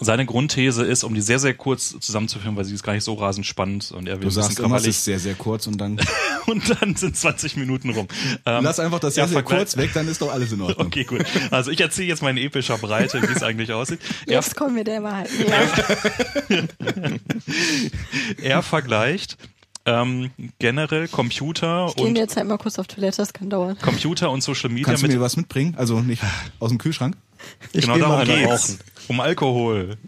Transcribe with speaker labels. Speaker 1: seine Grundthese ist, um die sehr, sehr kurz zusammenzuführen, weil sie ist gar nicht so rasend spannend und er
Speaker 2: Du
Speaker 1: wird ein bisschen
Speaker 2: sagst immer, es ist
Speaker 1: krawallig.
Speaker 2: sehr, sehr kurz und dann
Speaker 1: Und dann sind 20 Minuten rum. Ähm,
Speaker 2: lass einfach das sehr,
Speaker 1: er
Speaker 2: sehr
Speaker 1: vergleicht-
Speaker 2: kurz weg, dann ist doch alles in Ordnung.
Speaker 1: Okay, gut. Also ich erzähle jetzt meine epischer Breite, wie es eigentlich aussieht. Er,
Speaker 3: Jetzt kommen wir der Wahrheit. näher.
Speaker 1: er vergleicht ähm, generell Computer
Speaker 3: Gehen wir
Speaker 1: und
Speaker 3: jetzt halt mal kurz auf Toilette, das kann dauern.
Speaker 1: Computer und Social Media
Speaker 2: Kannst du
Speaker 1: mit
Speaker 2: mir was mitbringen? Also nicht aus dem Kühlschrank?
Speaker 4: Ich
Speaker 1: genau
Speaker 4: geh mal
Speaker 1: darum
Speaker 4: eine
Speaker 1: geht's.
Speaker 4: rauchen.
Speaker 1: Um Alkohol.